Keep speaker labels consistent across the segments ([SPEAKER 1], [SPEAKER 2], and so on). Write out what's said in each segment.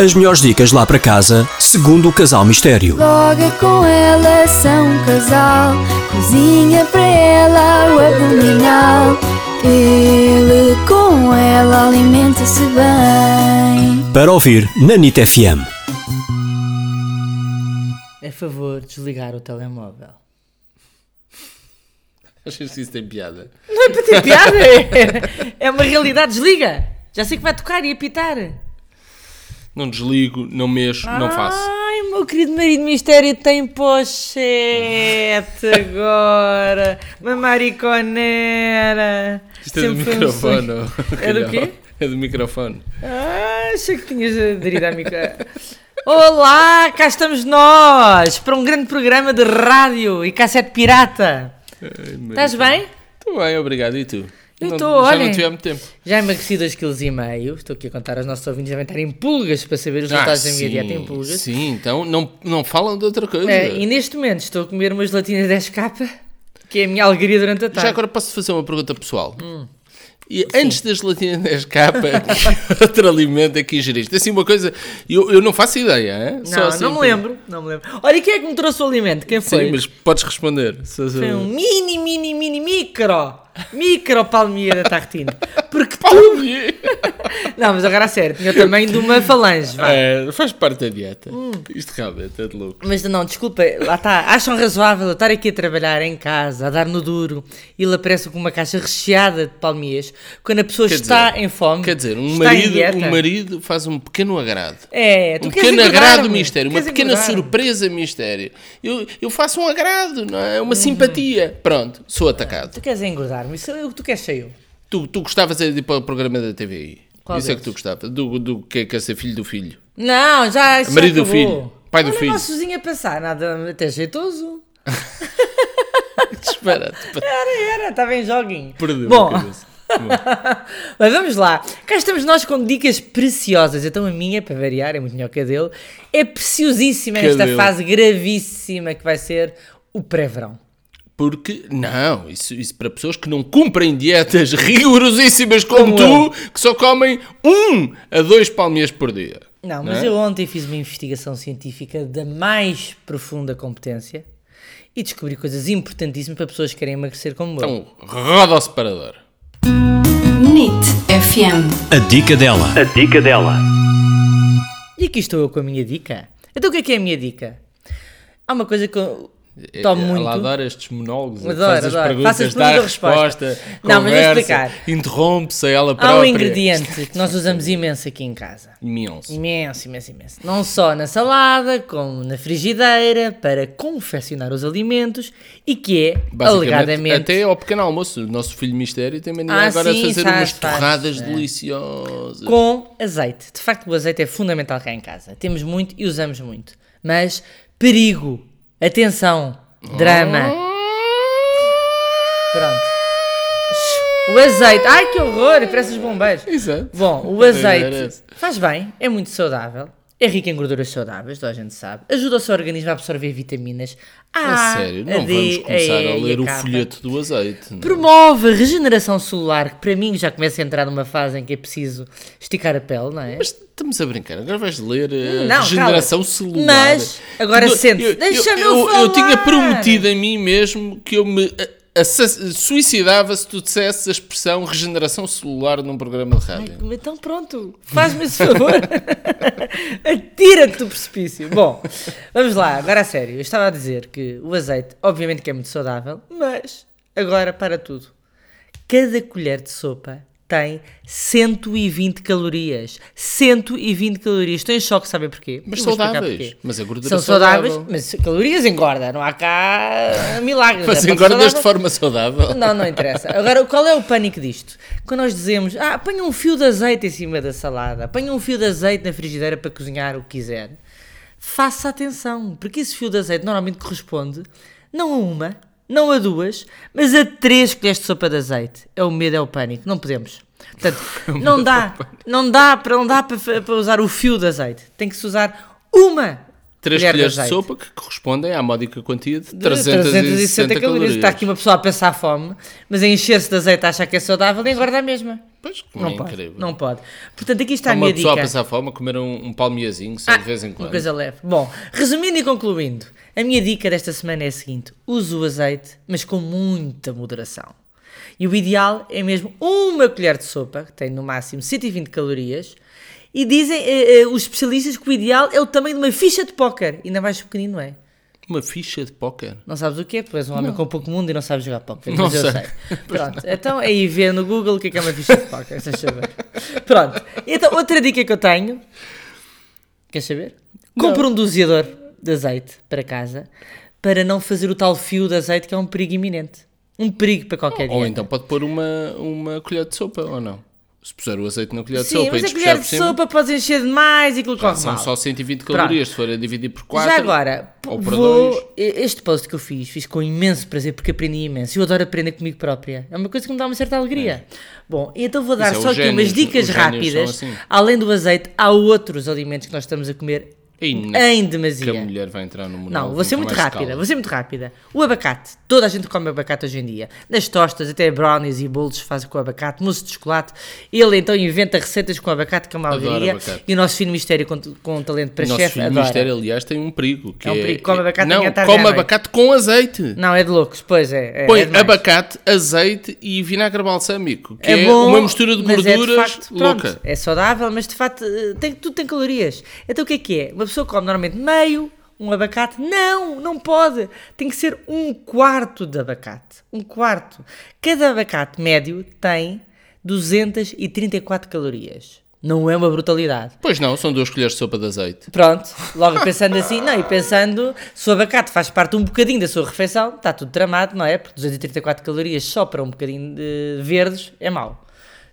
[SPEAKER 1] As melhores dicas lá para casa, segundo o Casal Mistério.
[SPEAKER 2] Logo com ela são um casal, cozinha para ela o abdominal. Ele com ela alimenta-se bem.
[SPEAKER 1] Para ouvir na NIT FM.
[SPEAKER 3] É favor desligar o telemóvel.
[SPEAKER 4] Achas que isso tem piada?
[SPEAKER 3] Não é para ter piada, é, é uma realidade. Desliga! Já sei que vai tocar e apitar.
[SPEAKER 4] Não desligo, não mexo,
[SPEAKER 3] Ah,
[SPEAKER 4] não faço.
[SPEAKER 3] Ai, meu querido marido mistério tem pochete agora. Uma mariconera.
[SPEAKER 4] Isto é do
[SPEAKER 3] Sempre foi um
[SPEAKER 4] microfone.
[SPEAKER 3] sonho.
[SPEAKER 4] oh,
[SPEAKER 3] É do
[SPEAKER 4] calhau.
[SPEAKER 3] quê?
[SPEAKER 4] É do microfone.
[SPEAKER 3] Ah, achei que tinhas aderido à micro... Olá, cá estamos nós para um grande programa de rádio e cassete pirata.
[SPEAKER 4] Ai, meu
[SPEAKER 3] Estás
[SPEAKER 4] Deus.
[SPEAKER 3] bem?
[SPEAKER 4] Estou bem, obrigado. E tu?
[SPEAKER 3] Eu
[SPEAKER 4] Não-
[SPEAKER 3] estou,
[SPEAKER 4] Já
[SPEAKER 3] olhem.
[SPEAKER 4] não tive há muito tempo.
[SPEAKER 3] Já é emagreci 2,5 kg. Estou aqui a contar aos nossos ouvintes, devem estar em pulgas para saber os
[SPEAKER 4] Ah,
[SPEAKER 3] resultados da minha
[SPEAKER 4] sim,
[SPEAKER 3] dieta em pulgas.
[SPEAKER 4] Sim, então não, não falam de outra coisa.
[SPEAKER 3] É, e neste momento estou a comer uma gelatina 10k, que é a minha alegria durante a tarde.
[SPEAKER 4] Já agora posso fazer uma pergunta pessoal. E antes da gelatina 10k, que outro alimento é que ingeriste? Assim, uma coisa, eu, eu não faço ideia, é?
[SPEAKER 3] não, não me lembro, não me lembro. Olha, e quem é que me trouxe o alimento? Quem foi?
[SPEAKER 4] Sim, mas eh, podes responder. Só- só-
[SPEAKER 3] Foi um mini, mini, mini, micro, micro palmeira da tartine. Porque
[SPEAKER 4] Pá,
[SPEAKER 3] tu...
[SPEAKER 4] e-
[SPEAKER 3] Não, mas agora a sério, tinha o tamanho de uma falange, vá.
[SPEAKER 4] É, faz parte da dieta.
[SPEAKER 3] Hum.
[SPEAKER 4] Isto realmente é de louco.
[SPEAKER 3] Mas não, desculpa, lá está. Acham razoável eu estar aqui a trabalhar em casa, a dar no duro, e ele aparece com uma caixa recheada de palmias, quando a pessoa
[SPEAKER 4] Quer
[SPEAKER 3] está
[SPEAKER 4] dizer-
[SPEAKER 3] em fome.
[SPEAKER 4] Quer dizer, um
[SPEAKER 3] está em
[SPEAKER 4] marido,
[SPEAKER 3] dieta.
[SPEAKER 4] um marido faz um pequeno agrado.
[SPEAKER 3] É, tu
[SPEAKER 4] Um
[SPEAKER 3] queres
[SPEAKER 4] pequeno agrado
[SPEAKER 3] engordar-me,
[SPEAKER 4] mistério, uma
[SPEAKER 3] queres
[SPEAKER 4] pequena
[SPEAKER 3] engordar-me.
[SPEAKER 4] surpresa mistério. Eu, eu faço um agrado, não é?
[SPEAKER 3] Uhum.
[SPEAKER 4] Uma simpatia. Pronto, sou atacado.
[SPEAKER 3] Tu queres engordar-me, isso é o que tu queres ser eu.
[SPEAKER 4] Tu, tu gostavas era de ir para o programa da TVI.
[SPEAKER 3] Qual
[SPEAKER 4] Isso é
[SPEAKER 3] deles?
[SPEAKER 4] que tu gostavas. Do, do que quer ser filho do filho.
[SPEAKER 3] Não, já isso já
[SPEAKER 4] Marido do
[SPEAKER 3] acabou.
[SPEAKER 4] filho, pai do
[SPEAKER 3] Olha
[SPEAKER 4] filho.
[SPEAKER 3] o nosso vizinho a passar, nada até jeitoso.
[SPEAKER 4] Espera,
[SPEAKER 3] Era, era, estava em joguinho.
[SPEAKER 4] perdeu
[SPEAKER 3] Bom,
[SPEAKER 4] a cabeça.
[SPEAKER 3] mas vamos lá. Cá estamos nós com dicas preciosas. Então a minha, para variar, é muito melhor que a dele. É preciosíssima
[SPEAKER 4] Que a
[SPEAKER 3] nesta
[SPEAKER 4] dele.
[SPEAKER 3] fase gravíssima que vai ser o pré-verão.
[SPEAKER 4] Porque, não, isso, isso para pessoas que não cumprem dietas rigorosíssimas como,
[SPEAKER 3] Como
[SPEAKER 4] tu, que só comem um a dois palmias por dia.
[SPEAKER 3] Não, mas eu ontem fiz uma investigação científica da mais profunda competência e descobri coisas importantíssimas para pessoas que querem emagrecer como eu.
[SPEAKER 4] Então, roda o separador.
[SPEAKER 2] NIT FM
[SPEAKER 1] A dica dela.
[SPEAKER 5] A dica dela.
[SPEAKER 3] E aqui estou eu com a minha dica. Então o que é que é a minha dica? Há uma coisa que eu
[SPEAKER 4] É,
[SPEAKER 3] tomo muito.
[SPEAKER 4] Ela adora estes monólogos.
[SPEAKER 3] Adoro,
[SPEAKER 4] faz as
[SPEAKER 3] adoro.
[SPEAKER 4] perguntas,
[SPEAKER 3] Faço as
[SPEAKER 4] dá a
[SPEAKER 3] perguntas,
[SPEAKER 4] resposta,
[SPEAKER 3] resposta. Não, mas vou
[SPEAKER 4] conversa,
[SPEAKER 3] explicar.
[SPEAKER 4] Interrompe-se a ela própria.
[SPEAKER 3] Há um ingrediente que nós usamos imenso aqui em casa.
[SPEAKER 4] Imenso.
[SPEAKER 3] Imenso, imenso, imenso. Não só na salada, como na frigideira, para confeccionar os alimentos e que é,
[SPEAKER 4] Basicamente,
[SPEAKER 3] alegadamente...
[SPEAKER 4] Até ao pequeno almoço. O nosso filho mistério tem mania
[SPEAKER 3] Ah,
[SPEAKER 4] agora de
[SPEAKER 3] sim,
[SPEAKER 4] fazer
[SPEAKER 3] faz,
[SPEAKER 4] umas
[SPEAKER 3] faz,
[SPEAKER 4] torradas
[SPEAKER 3] é.
[SPEAKER 4] deliciosas.
[SPEAKER 3] Com azeite. De facto, o azeite é fundamental cá em casa. Temos muito e usamos muito. Mas perigo, atenção, drama.
[SPEAKER 4] Oh.
[SPEAKER 3] Pronto. O azeite. Ai que horror! Parece os bombeiros.
[SPEAKER 4] Exato.
[SPEAKER 3] Bom, o
[SPEAKER 4] Parece.
[SPEAKER 3] azeite faz bem, é muito saudável. É rico em gorduras saudáveis, toda a gente sabe. Ajuda o seu organismo a absorver vitaminas A,
[SPEAKER 4] A sério,
[SPEAKER 3] Ah, a
[SPEAKER 4] não
[SPEAKER 3] D,
[SPEAKER 4] vamos começar
[SPEAKER 3] E
[SPEAKER 4] a,
[SPEAKER 3] e
[SPEAKER 4] ler o
[SPEAKER 3] K.
[SPEAKER 4] folheto do azeite. não é?
[SPEAKER 3] Promove a regeneração celular, que para mim já começa a entrar numa fase em que é preciso esticar a pele, não é?
[SPEAKER 4] Mas estamos a brincar, agora vais ler a
[SPEAKER 3] Não,
[SPEAKER 4] regeneração
[SPEAKER 3] cala-te.
[SPEAKER 4] celular.
[SPEAKER 3] Mas, agora
[SPEAKER 4] Eu-
[SPEAKER 3] sente-se.
[SPEAKER 4] eu- eu-
[SPEAKER 3] Deixa-me
[SPEAKER 4] eu,
[SPEAKER 3] eu
[SPEAKER 4] eu tinha
[SPEAKER 3] falar.
[SPEAKER 4] prometido a mim mesmo que eu me a- assa- suicidava se tu dissesse a expressão regeneração celular num programa de rádio.
[SPEAKER 3] Então pronto, faz-me esse favor. Atira-te do precipício. Bom, vamos lá, agora a sério. Eu estava a dizer que o azeite, obviamente que é muito saudável, mas agora para tudo. Cada colher de sopa tem 120 calorias. 120 calorias. Estou em choque, sabem porquê?
[SPEAKER 4] Mas
[SPEAKER 3] Eu vou explicar
[SPEAKER 4] saudáveis.
[SPEAKER 3] porquê.
[SPEAKER 4] Mas a gordura é
[SPEAKER 3] São
[SPEAKER 4] saudável.
[SPEAKER 3] saudáveis, mas calorias engorda. Não há cá milagres.
[SPEAKER 4] Mas
[SPEAKER 3] é? Pode ser
[SPEAKER 4] engordas de
[SPEAKER 3] saudável.
[SPEAKER 4] forma saudável.
[SPEAKER 3] Não, não interessa. Agora, qual é o pânico disto? Quando nós dizemos, ah, apanha um fio de azeite em cima da salada, apanha um fio de azeite na frigideira para cozinhar o que quiser, faça atenção, porque esse fio de azeite normalmente corresponde não a uma, não a duas, mas a três colheres de sopa de azeite. É o medo, é o pânico. Não podemos. Portanto,
[SPEAKER 4] É
[SPEAKER 3] não dá, não dá, para, não dá para, para usar o fio de azeite. Tem que se usar uma
[SPEAKER 4] 3
[SPEAKER 3] colher de
[SPEAKER 4] colheres de,
[SPEAKER 3] azeite.
[SPEAKER 4] sopa que correspondem à módica quantia de
[SPEAKER 3] 360,
[SPEAKER 4] 360 calorias.
[SPEAKER 3] Está Tá aqui uma pessoa a passar fome, mas a encher-se de azeite acha que é saudável e engorda a mesma.
[SPEAKER 4] Pois, como
[SPEAKER 3] Não
[SPEAKER 4] é
[SPEAKER 3] pode.
[SPEAKER 4] incrível.
[SPEAKER 3] Não pode. Portanto, aqui está a
[SPEAKER 4] uma
[SPEAKER 3] minha
[SPEAKER 4] pessoa
[SPEAKER 3] dica. Ah,
[SPEAKER 4] a passar fome a comer um, um palmiazinho só de vez em
[SPEAKER 3] Uma
[SPEAKER 4] quando.
[SPEAKER 3] coisa leve. Bom, resumindo e concluindo, a minha dica desta semana é a seguinte: use o azeite, mas com muita moderação. E o ideal é mesmo uma colher de sopa, que tem no máximo 120 calorias. E dizem eh, eh, os especialistas que o ideal é o tamanho de uma ficha de póquer. Ainda mais pequenino, não é?
[SPEAKER 4] Uma ficha de póquer.
[SPEAKER 3] Não sabes o que é? Tu és um homem com pouco mundo e não sabes jogar póquer.
[SPEAKER 4] Não
[SPEAKER 3] Mas eu
[SPEAKER 4] sei.
[SPEAKER 3] sei. Pronto, então é ir ver no Google o que é que é uma ficha de póquer. Estás a saber? Pronto, então outra dica que eu tenho. Queres saber? Compre um doseador de azeite para casa para não fazer o tal fio de azeite que é um perigo iminente. Um perigo para qualquer dia.
[SPEAKER 4] Ou então pode pôr uma, uma colher de sopa, ou não? Se puser o azeite na colher de
[SPEAKER 3] Sim,
[SPEAKER 4] sopa e
[SPEAKER 3] mas a
[SPEAKER 4] despejar
[SPEAKER 3] colher
[SPEAKER 4] por
[SPEAKER 3] de
[SPEAKER 4] cima,
[SPEAKER 3] sopa podes encher demais e aquilo corre
[SPEAKER 4] são
[SPEAKER 3] mal.
[SPEAKER 4] só 120 calorias, se for a dividir por 4.
[SPEAKER 3] Já agora,
[SPEAKER 4] ou por
[SPEAKER 3] vou,
[SPEAKER 4] dois.
[SPEAKER 3] este post que eu fiz, fiz com imenso prazer porque aprendi imenso. Eu adoro aprender comigo própria. É uma coisa que me dá uma certa alegria. Bom, e então vou dar
[SPEAKER 4] é,
[SPEAKER 3] só
[SPEAKER 4] os
[SPEAKER 3] aqui umas
[SPEAKER 4] génios-
[SPEAKER 3] dicas
[SPEAKER 4] os génios são
[SPEAKER 3] rápidas.
[SPEAKER 4] assim.
[SPEAKER 3] Além do azeite, há outros alimentos que nós estamos a comer
[SPEAKER 4] Ei, não.
[SPEAKER 3] em
[SPEAKER 4] Que
[SPEAKER 3] demasia.
[SPEAKER 4] a mulher vai entrar no monólogo.
[SPEAKER 3] Não, vou ser
[SPEAKER 4] nunca
[SPEAKER 3] muito
[SPEAKER 4] mais se
[SPEAKER 3] rápida,
[SPEAKER 4] cala.
[SPEAKER 3] vou ser muito rápida. O abacate, toda a gente come abacate hoje em dia. Nas tostas, até brownies e bolos fazem com abacate, mousse de chocolate. Ele então inventa receitas com abacate, que é uma
[SPEAKER 4] Adoro
[SPEAKER 3] alegria.
[SPEAKER 4] abacate.
[SPEAKER 3] E o nosso fino mistério com, com talento para
[SPEAKER 4] O nosso
[SPEAKER 3] chefe
[SPEAKER 4] filho
[SPEAKER 3] adora.
[SPEAKER 4] ministério, aliás, tem um perigo. Que
[SPEAKER 3] É um perigo. Come abacate
[SPEAKER 4] não,
[SPEAKER 3] manhã, tarde e à
[SPEAKER 4] come
[SPEAKER 3] noite.
[SPEAKER 4] abacate com azeite.
[SPEAKER 3] Não, é de loucos, pois é. é,
[SPEAKER 4] Põe
[SPEAKER 3] é demais.
[SPEAKER 4] abacate, azeite e vinagre balsâmico, que é,
[SPEAKER 3] bom,
[SPEAKER 4] uma mistura de
[SPEAKER 3] mas é
[SPEAKER 4] gorduras
[SPEAKER 3] facto, pronto,
[SPEAKER 4] louca.
[SPEAKER 3] É saudável, mas de facto eh, tem, tudo tem calorias. Então o que é que é? Uma pessoa come normalmente meio, um abacate. Não, não pode. Tem que ser um quarto de abacate. Um quarto. Cada abacate médio tem 234 calorias. Não é uma brutalidade.
[SPEAKER 4] Pois não, são duas colheres de sopa de azeite.
[SPEAKER 3] Pronto, logo pensando assim, não, e pensando, se o abacate faz parte um bocadinho da sua refeição, está tudo tramado, não é? Porque 234 calorias só para um bocadinho de verdes é mau.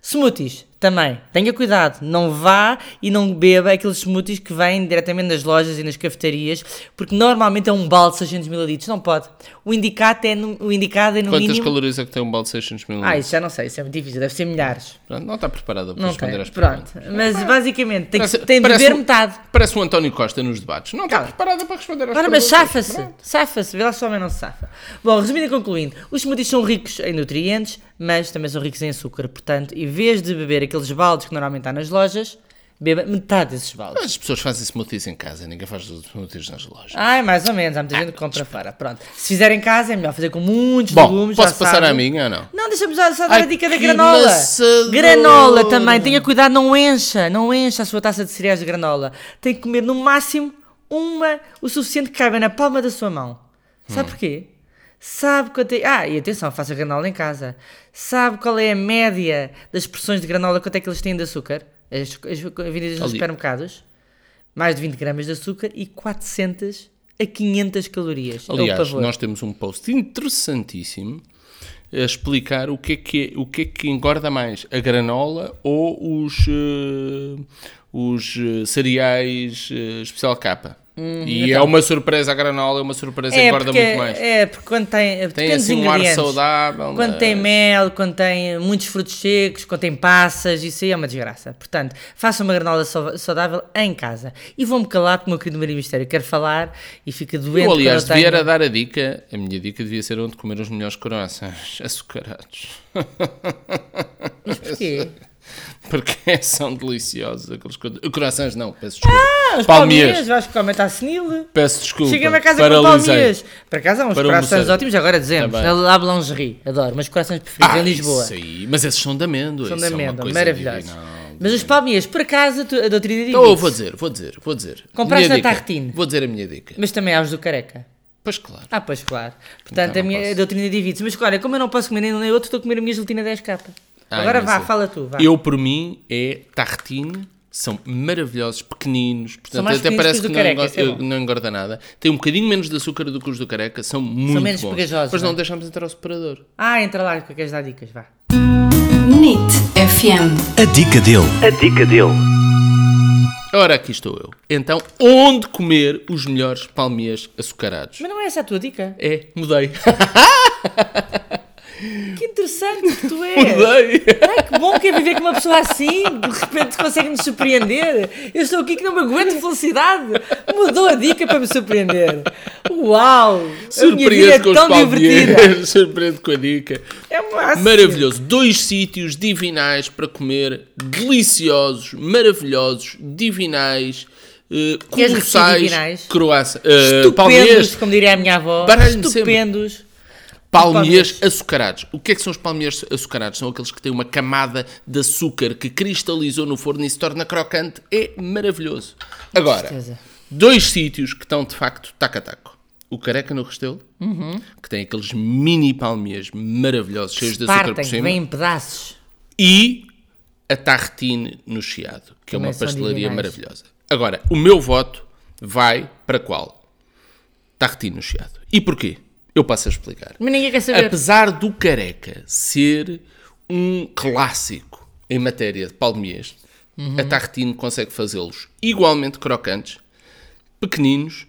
[SPEAKER 3] Smoothies, também, tenha cuidado, não vá e não beba aqueles smoothies que vêm diretamente nas lojas e nas cafetarias, porque normalmente é um balde de 600 ml, não pode. O indicado é no, o indicado é no
[SPEAKER 4] Quantas
[SPEAKER 3] mínimo...
[SPEAKER 4] calorias é que tem um balde de 600 mil?
[SPEAKER 3] Ah, isso já não sei, isso é muito difícil, deve ser milhares.
[SPEAKER 4] Pronto, não está preparada para
[SPEAKER 3] Não
[SPEAKER 4] responder
[SPEAKER 3] tem,
[SPEAKER 4] às perguntas.
[SPEAKER 3] pronto. Mas basicamente tem, que,
[SPEAKER 4] Parece-
[SPEAKER 3] tem de
[SPEAKER 4] parece
[SPEAKER 3] beber
[SPEAKER 4] um-
[SPEAKER 3] metade.
[SPEAKER 4] Parece o António Costa nos debates. Não está
[SPEAKER 3] Cala.
[SPEAKER 4] preparada para responder às
[SPEAKER 3] Ora, mas
[SPEAKER 4] perguntas.
[SPEAKER 3] safa-se,
[SPEAKER 4] Pronto.
[SPEAKER 3] safa-se, vê lá se o homem não se safa. Bom, resumindo e concluindo, os smoothies são ricos em nutrientes, mas também são ricos em açúcar. Portanto, em vez de beber aqueles baldes que normalmente há nas lojas, beba metade desses baldes.
[SPEAKER 4] As pessoas fazem smoothies em casa, ninguém faz smoothies nas lojas.
[SPEAKER 3] Ai, mais ou menos, há muita gente que compra fora. Pronto, se fizer em casa é melhor fazer com muitos
[SPEAKER 4] Bom,
[SPEAKER 3] legumes. já
[SPEAKER 4] posso passar
[SPEAKER 3] sabe.
[SPEAKER 4] à minha ou não?
[SPEAKER 3] Não, deixa-me só, só dar
[SPEAKER 4] Ai,
[SPEAKER 3] a dica da
[SPEAKER 4] que
[SPEAKER 3] granola.
[SPEAKER 4] maçador.
[SPEAKER 3] Granola também, tenha cuidado, não encha, não encha a sua taça de cereais de granola. Tem que comer no máximo uma, o suficiente que caiba na palma da sua mão. Sabe
[SPEAKER 4] Hum.
[SPEAKER 3] porquê? Sabe quanto é... Ah, e atenção, faça granola em casa. Sabe qual é a média das porções de granola, quanto é que eles têm de açúcar? As, as vendidas nos
[SPEAKER 4] Ali.
[SPEAKER 3] supermercados. Mais de 20 gramas de açúcar e 400 a 500 calorias. É o
[SPEAKER 4] Aliás,
[SPEAKER 3] pavor.
[SPEAKER 4] nós temos um post interessantíssimo a explicar o que é que, é- o que, é que engorda mais, a granola ou os, eh, os eh, cereais eh, especial capa. e é uma surpresa a granola, é uma surpresa
[SPEAKER 3] Uhum,
[SPEAKER 4] engorda
[SPEAKER 3] então. porque-
[SPEAKER 4] muito mais.
[SPEAKER 3] É, porque quando tem, tem
[SPEAKER 4] Tem assim um ar saudável. é?
[SPEAKER 3] Quando
[SPEAKER 4] mas-
[SPEAKER 3] tem mel, quando tem muitos frutos secos, quando tem passas, isso aí é uma desgraça. Portanto, faça uma granola sau- saudável em casa. E vou-me calar porque o meu querido Maria Mistério quer falar e fica doente.
[SPEAKER 4] Eu, aliás,
[SPEAKER 3] quando eu
[SPEAKER 4] devia
[SPEAKER 3] tenho-
[SPEAKER 4] era dar a dica. A minha dica devia ser onde comer os melhores corações açucarados.
[SPEAKER 3] Mas porquê?
[SPEAKER 4] Porque é, são deliciosos aqueles corações. Corações não, peço desculpa.
[SPEAKER 3] Ah, os
[SPEAKER 4] Palmias.
[SPEAKER 3] palmias, vais que aumenta a senil.
[SPEAKER 4] Peço desculpa.
[SPEAKER 3] Cheguei-me a casa com
[SPEAKER 4] paralisei.
[SPEAKER 3] palmias. Para casa há uns
[SPEAKER 4] Para o
[SPEAKER 3] corações
[SPEAKER 4] museu.
[SPEAKER 3] ótimos, agora dizemos.
[SPEAKER 4] Tá bem.
[SPEAKER 3] na La Blangerie, adoro. Mas corações preferidos em Lisboa.
[SPEAKER 4] Ah, Isso aí. Mas esses são de amêndoa.
[SPEAKER 3] São de
[SPEAKER 4] isso é uma
[SPEAKER 3] amêndoa,
[SPEAKER 4] coisa
[SPEAKER 3] maravilhosos.
[SPEAKER 4] divina.
[SPEAKER 3] Mas os palmias, por acaso, tu- a doutrina diz.
[SPEAKER 4] Então eu vou dizer, vou dizer, vou dizer.
[SPEAKER 3] Compraste
[SPEAKER 4] Minha
[SPEAKER 3] a
[SPEAKER 4] dica.
[SPEAKER 3] tartine.
[SPEAKER 4] Vou dizer a minha dica.
[SPEAKER 3] Mas também há os do careca.
[SPEAKER 4] Pois claro.
[SPEAKER 3] Ah, pois claro. Portanto,
[SPEAKER 4] Então,
[SPEAKER 3] a
[SPEAKER 4] não
[SPEAKER 3] minha
[SPEAKER 4] posso.
[SPEAKER 3] doutrina divide-se. Mas claro, como eu não posso comer nem um nem outro, estou a comer a minha gelatina 10k.
[SPEAKER 4] Ah,
[SPEAKER 3] Agora
[SPEAKER 4] não
[SPEAKER 3] vá,
[SPEAKER 4] sei.
[SPEAKER 3] fala tu. Vá.
[SPEAKER 4] Eu, por mim, é tartine. São maravilhosos, pequeninos. Portanto,
[SPEAKER 3] mais
[SPEAKER 4] até
[SPEAKER 3] pequeninos
[SPEAKER 4] parece
[SPEAKER 3] que
[SPEAKER 4] que,
[SPEAKER 3] os do
[SPEAKER 4] não,
[SPEAKER 3] careca,
[SPEAKER 4] engor-
[SPEAKER 3] isso é bom.
[SPEAKER 4] eu- não engorda nada. Tem um bocadinho menos de açúcar do que os do careca. São muito
[SPEAKER 3] menos
[SPEAKER 4] bons.
[SPEAKER 3] pegajosos,
[SPEAKER 4] Mas não,
[SPEAKER 3] não é?
[SPEAKER 4] deixamos entrar ao separador.
[SPEAKER 3] Ah, entra lá que queres dar dicas, vá.
[SPEAKER 2] NIT FM.
[SPEAKER 1] A dica dele.
[SPEAKER 5] A dica dele.
[SPEAKER 4] Ora, aqui estou eu. Então, onde comer os melhores palmiers açucarados?
[SPEAKER 3] Mas não é essa a tua dica?
[SPEAKER 4] É, mudei.
[SPEAKER 3] Que interessante que tu és!
[SPEAKER 4] mudei.
[SPEAKER 3] Ai, que bom que é viver com uma pessoa assim, de repente consegue-nos surpreender. Eu estou aqui que não me aguento de felicidade. Mudou a dica para me surpreender. Uau! a minha
[SPEAKER 4] Surpreendo
[SPEAKER 3] vida
[SPEAKER 4] com
[SPEAKER 3] é
[SPEAKER 4] os
[SPEAKER 3] tão divertida.
[SPEAKER 4] palmiers, surpreendo com a dica.
[SPEAKER 3] É o máximo.
[SPEAKER 4] Maravilhoso. Dois sítios divinais para comer, deliciosos, maravilhosos, divinais, eh,
[SPEAKER 3] Queres repetir
[SPEAKER 4] colossais,
[SPEAKER 3] divinais?
[SPEAKER 4] croaça, eh,
[SPEAKER 3] Estupendos,
[SPEAKER 4] palmiers,
[SPEAKER 3] como diria a minha avó.
[SPEAKER 4] Baralho-me
[SPEAKER 3] Estupendos.
[SPEAKER 4] palmiers açucarados. O que é que são os palmiers açucarados? São aqueles que têm uma camada de açúcar que cristalizou no forno e se torna crocante. É maravilhoso. Agora,
[SPEAKER 3] certeza.
[SPEAKER 4] dois sítios que estão de facto taco a taco. O Careca no Restelo, que tem aqueles mini palmiers maravilhosos, cheios de açúcar por
[SPEAKER 3] Partem,
[SPEAKER 4] cima.
[SPEAKER 3] vêm em pedaços.
[SPEAKER 4] e a Tartine no Chiado, que é
[SPEAKER 3] Também
[SPEAKER 4] uma
[SPEAKER 3] são
[SPEAKER 4] pastelaria
[SPEAKER 3] divinais.
[SPEAKER 4] maravilhosa. Agora, o meu voto vai para qual? Tartine no Chiado. E porquê? Eu passo a explicar.
[SPEAKER 3] Mas ninguém quer saber.
[SPEAKER 4] Apesar do Careca ser um clássico em matéria de palmiers,
[SPEAKER 3] Uhum.
[SPEAKER 4] a Tartine consegue fazê-los igualmente crocantes, pequeninos,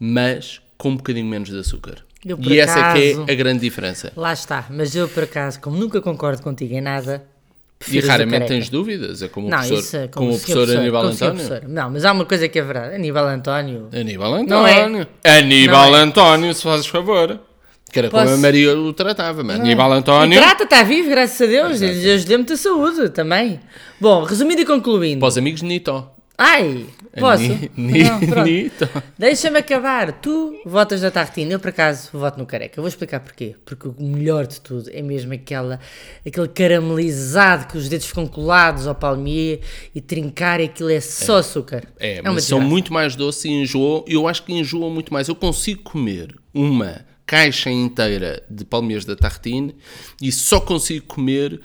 [SPEAKER 4] mas com um bocadinho menos de açúcar.
[SPEAKER 3] Eu, por
[SPEAKER 4] e essa é que
[SPEAKER 3] acaso-
[SPEAKER 4] é a grande diferença.
[SPEAKER 3] Lá está. Mas eu, por acaso, como nunca concordo contigo em nada,
[SPEAKER 4] E
[SPEAKER 3] prefiro o
[SPEAKER 4] raramente
[SPEAKER 3] careca.
[SPEAKER 4] tens dúvidas, é como o
[SPEAKER 3] Não,
[SPEAKER 4] professor,
[SPEAKER 3] isso é como,
[SPEAKER 4] como o
[SPEAKER 3] o senhor
[SPEAKER 4] professor Aníbal
[SPEAKER 3] como o senhor
[SPEAKER 4] António.
[SPEAKER 3] professor. Não, mas há uma coisa que é verdade. Aníbal António.
[SPEAKER 4] Aníbal
[SPEAKER 3] Não é.
[SPEAKER 4] António. Aníbal
[SPEAKER 3] Não é.
[SPEAKER 4] António, se fazes favor. Que era como
[SPEAKER 3] Posso- Ah.
[SPEAKER 4] a Maria o tratava, mas Aníbal António.
[SPEAKER 3] Trata, está vivo, graças a Deus. Deus dê-me a saúde também. Bom, resumindo e concluindo.
[SPEAKER 4] Para os amigos Nito.
[SPEAKER 3] Ai, posso?
[SPEAKER 4] É Ni- ni-
[SPEAKER 3] Não, pronto.
[SPEAKER 4] Nito.
[SPEAKER 3] Deixa-me acabar. Tu votas na Tartine, eu por acaso voto no Careca. Eu vou explicar porquê. Porque o melhor de tudo é mesmo aquela, aquele caramelizado que os dedos ficam colados ao palmier e trincar e aquilo é só açúcar.
[SPEAKER 4] É,
[SPEAKER 3] uma
[SPEAKER 4] mas são
[SPEAKER 3] desgraça.
[SPEAKER 4] muito mais doces e enjoam. Eu acho que enjoam muito mais. Eu consigo comer uma caixa inteira de palmeiras da Tartine e só consigo comer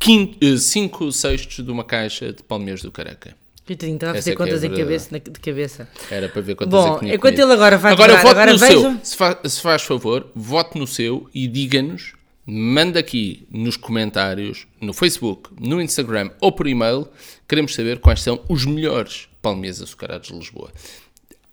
[SPEAKER 4] 5 sextos de uma caixa de palmeiras do Careca.
[SPEAKER 3] Coitadinho, estava a
[SPEAKER 4] Essa
[SPEAKER 3] fazer
[SPEAKER 4] é que é
[SPEAKER 3] contas
[SPEAKER 4] a
[SPEAKER 3] em
[SPEAKER 4] verdade.
[SPEAKER 3] cabeça, na- de cabeça.
[SPEAKER 4] Era para ver quantas
[SPEAKER 3] Bom,
[SPEAKER 4] é que tinha
[SPEAKER 3] enquanto
[SPEAKER 4] comido.
[SPEAKER 3] ele agora vai
[SPEAKER 4] Agora
[SPEAKER 3] tirar,
[SPEAKER 4] vote
[SPEAKER 3] agora
[SPEAKER 4] no
[SPEAKER 3] vejo.
[SPEAKER 4] seu. Se, fa- se faz favor, vote no seu e diga-nos, manda aqui nos comentários, no Facebook, no Instagram ou por e-mail, queremos saber quais são os melhores palmeiras açucarados de Lisboa.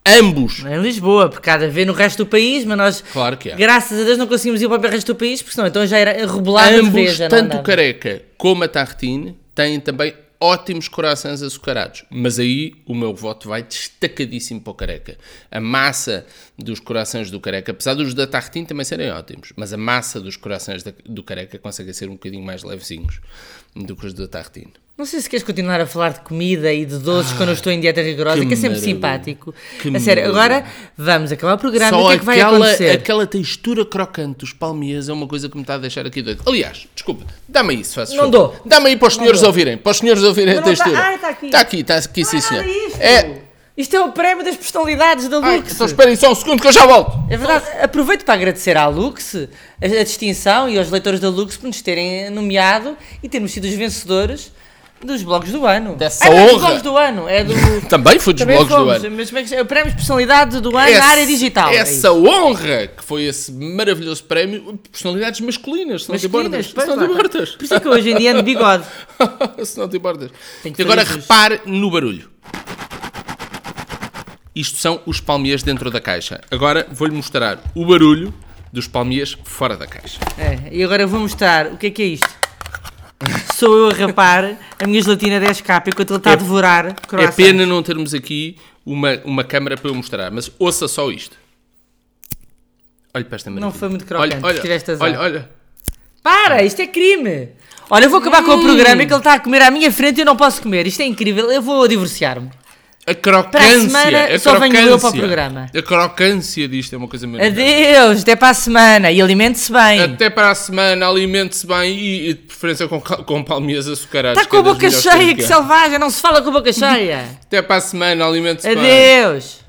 [SPEAKER 4] Ambos
[SPEAKER 3] é? Em Lisboa, porque cada vez no resto do país, mas nós,
[SPEAKER 4] Claro que é.
[SPEAKER 3] graças a Deus, não conseguimos ir para o resto do país, porque senão então já era rebolado de vez,
[SPEAKER 4] Ambos,
[SPEAKER 3] já não
[SPEAKER 4] tanto o
[SPEAKER 3] andava.
[SPEAKER 4] careca como a tartine, têm também ótimos corações açucarados. Mas aí o meu voto vai destacadíssimo para o careca. A massa dos corações do careca, apesar dos da tartine também serem ótimos, mas a massa dos corações da- do careca consegue ser um bocadinho mais levezinhos do que os da tartine.
[SPEAKER 3] Não sei se queres continuar a falar de comida e de doces quando eu estou em dieta rigorosa, que,
[SPEAKER 4] Ah, que
[SPEAKER 3] é sempre
[SPEAKER 4] maravilha.
[SPEAKER 3] simpático.
[SPEAKER 4] Que
[SPEAKER 3] a sério,
[SPEAKER 4] maravilha.
[SPEAKER 3] agora vamos acabar o programa.
[SPEAKER 4] Só
[SPEAKER 3] o que é que vai
[SPEAKER 4] aquela,
[SPEAKER 3] acontecer?
[SPEAKER 4] aquela textura crocante dos palmiers é uma coisa que me está a deixar aqui doido. Aliás, desculpa, dá-me aí se fazes
[SPEAKER 3] Não
[SPEAKER 4] favor.
[SPEAKER 3] dou.
[SPEAKER 4] Dá-me aí para os senhores ouvirem. Para os senhores ouvirem a
[SPEAKER 3] Mas não tá-
[SPEAKER 4] textura.
[SPEAKER 3] Ah, tá aqui.
[SPEAKER 4] Está aqui, está aqui, sim, senhor.
[SPEAKER 3] nada isto.
[SPEAKER 4] É.
[SPEAKER 3] Isto é o prémio das personalidades da
[SPEAKER 4] Ai,
[SPEAKER 3] Lux.
[SPEAKER 4] então esperem só um segundo que eu já volto.
[SPEAKER 3] É verdade, aproveito para agradecer à Lux a, a distinção e aos leitores da Lux por nos terem nomeado e termos sido os vencedores dos blogs do ano.
[SPEAKER 4] Dessa
[SPEAKER 3] Ah, não é dos
[SPEAKER 4] honra.
[SPEAKER 3] blogs do ano, é do.
[SPEAKER 4] Também foi dos
[SPEAKER 3] Também
[SPEAKER 4] blogs do
[SPEAKER 3] fomos,
[SPEAKER 4] ano.
[SPEAKER 3] Mas como é que se- é o prémio de personalidade do ano na área digital. é isso.
[SPEAKER 4] Essa honra que foi esse maravilhoso prémio. Personalidades masculinas, se não te
[SPEAKER 3] Masculinas,
[SPEAKER 4] importas.
[SPEAKER 3] pois
[SPEAKER 4] Se não
[SPEAKER 3] lá
[SPEAKER 4] te
[SPEAKER 3] está.
[SPEAKER 4] importas.
[SPEAKER 3] Por isso é que eu hoje em dia ando de bigode.
[SPEAKER 4] se não te importas.
[SPEAKER 3] Tem que
[SPEAKER 4] E agora
[SPEAKER 3] fazer isso.
[SPEAKER 4] repare no barulho. Isto são os palmiers dentro da caixa. Agora vou-lhe mostrar o barulho dos palmiers fora da caixa.
[SPEAKER 3] É, e agora eu vou mostrar o que é que é isto. Sou eu a rapar a minha gelatina 10k enquanto ele está a devorar
[SPEAKER 4] É
[SPEAKER 3] croissants.
[SPEAKER 4] pena não termos aqui uma, uma câmera para eu mostrar, mas ouça só isto. Olha para esta maravilha.
[SPEAKER 3] foi muito crocante,
[SPEAKER 4] olha, olha,
[SPEAKER 3] tiveste azar.
[SPEAKER 4] olha, olha.
[SPEAKER 3] Para, isto é crime. Olha, eu vou acabar
[SPEAKER 4] Hum.
[SPEAKER 3] com o programa que ele está a comer à minha frente e eu não posso comer. Isto é incrível, eu vou divorciar-me.
[SPEAKER 4] A crocância.
[SPEAKER 3] semana
[SPEAKER 4] a
[SPEAKER 3] só venho
[SPEAKER 4] crocância.
[SPEAKER 3] eu para o programa.
[SPEAKER 4] A crocância disto é uma coisa maravilhosa.
[SPEAKER 3] Adeus, até para a semana e alimente-se bem.
[SPEAKER 4] Até para a semana, alimente-se bem e, e de preferência com, cal- com palmias açucaradas.
[SPEAKER 3] Está Tá com a
[SPEAKER 4] que é das
[SPEAKER 3] boca
[SPEAKER 4] melhores
[SPEAKER 3] cheia,
[SPEAKER 4] coisas
[SPEAKER 3] que
[SPEAKER 4] há.
[SPEAKER 3] selvagem, não se fala com a boca cheia.
[SPEAKER 4] Até para a semana, alimente-se bem.
[SPEAKER 3] Adeus.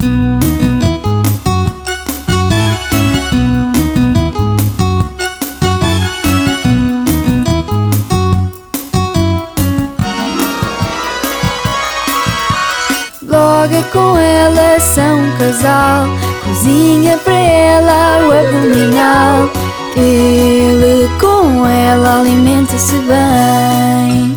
[SPEAKER 5] Bloga com ela, são um casal. Cozinha para ela, o abdominal. Ele com ela alimenta-se bem.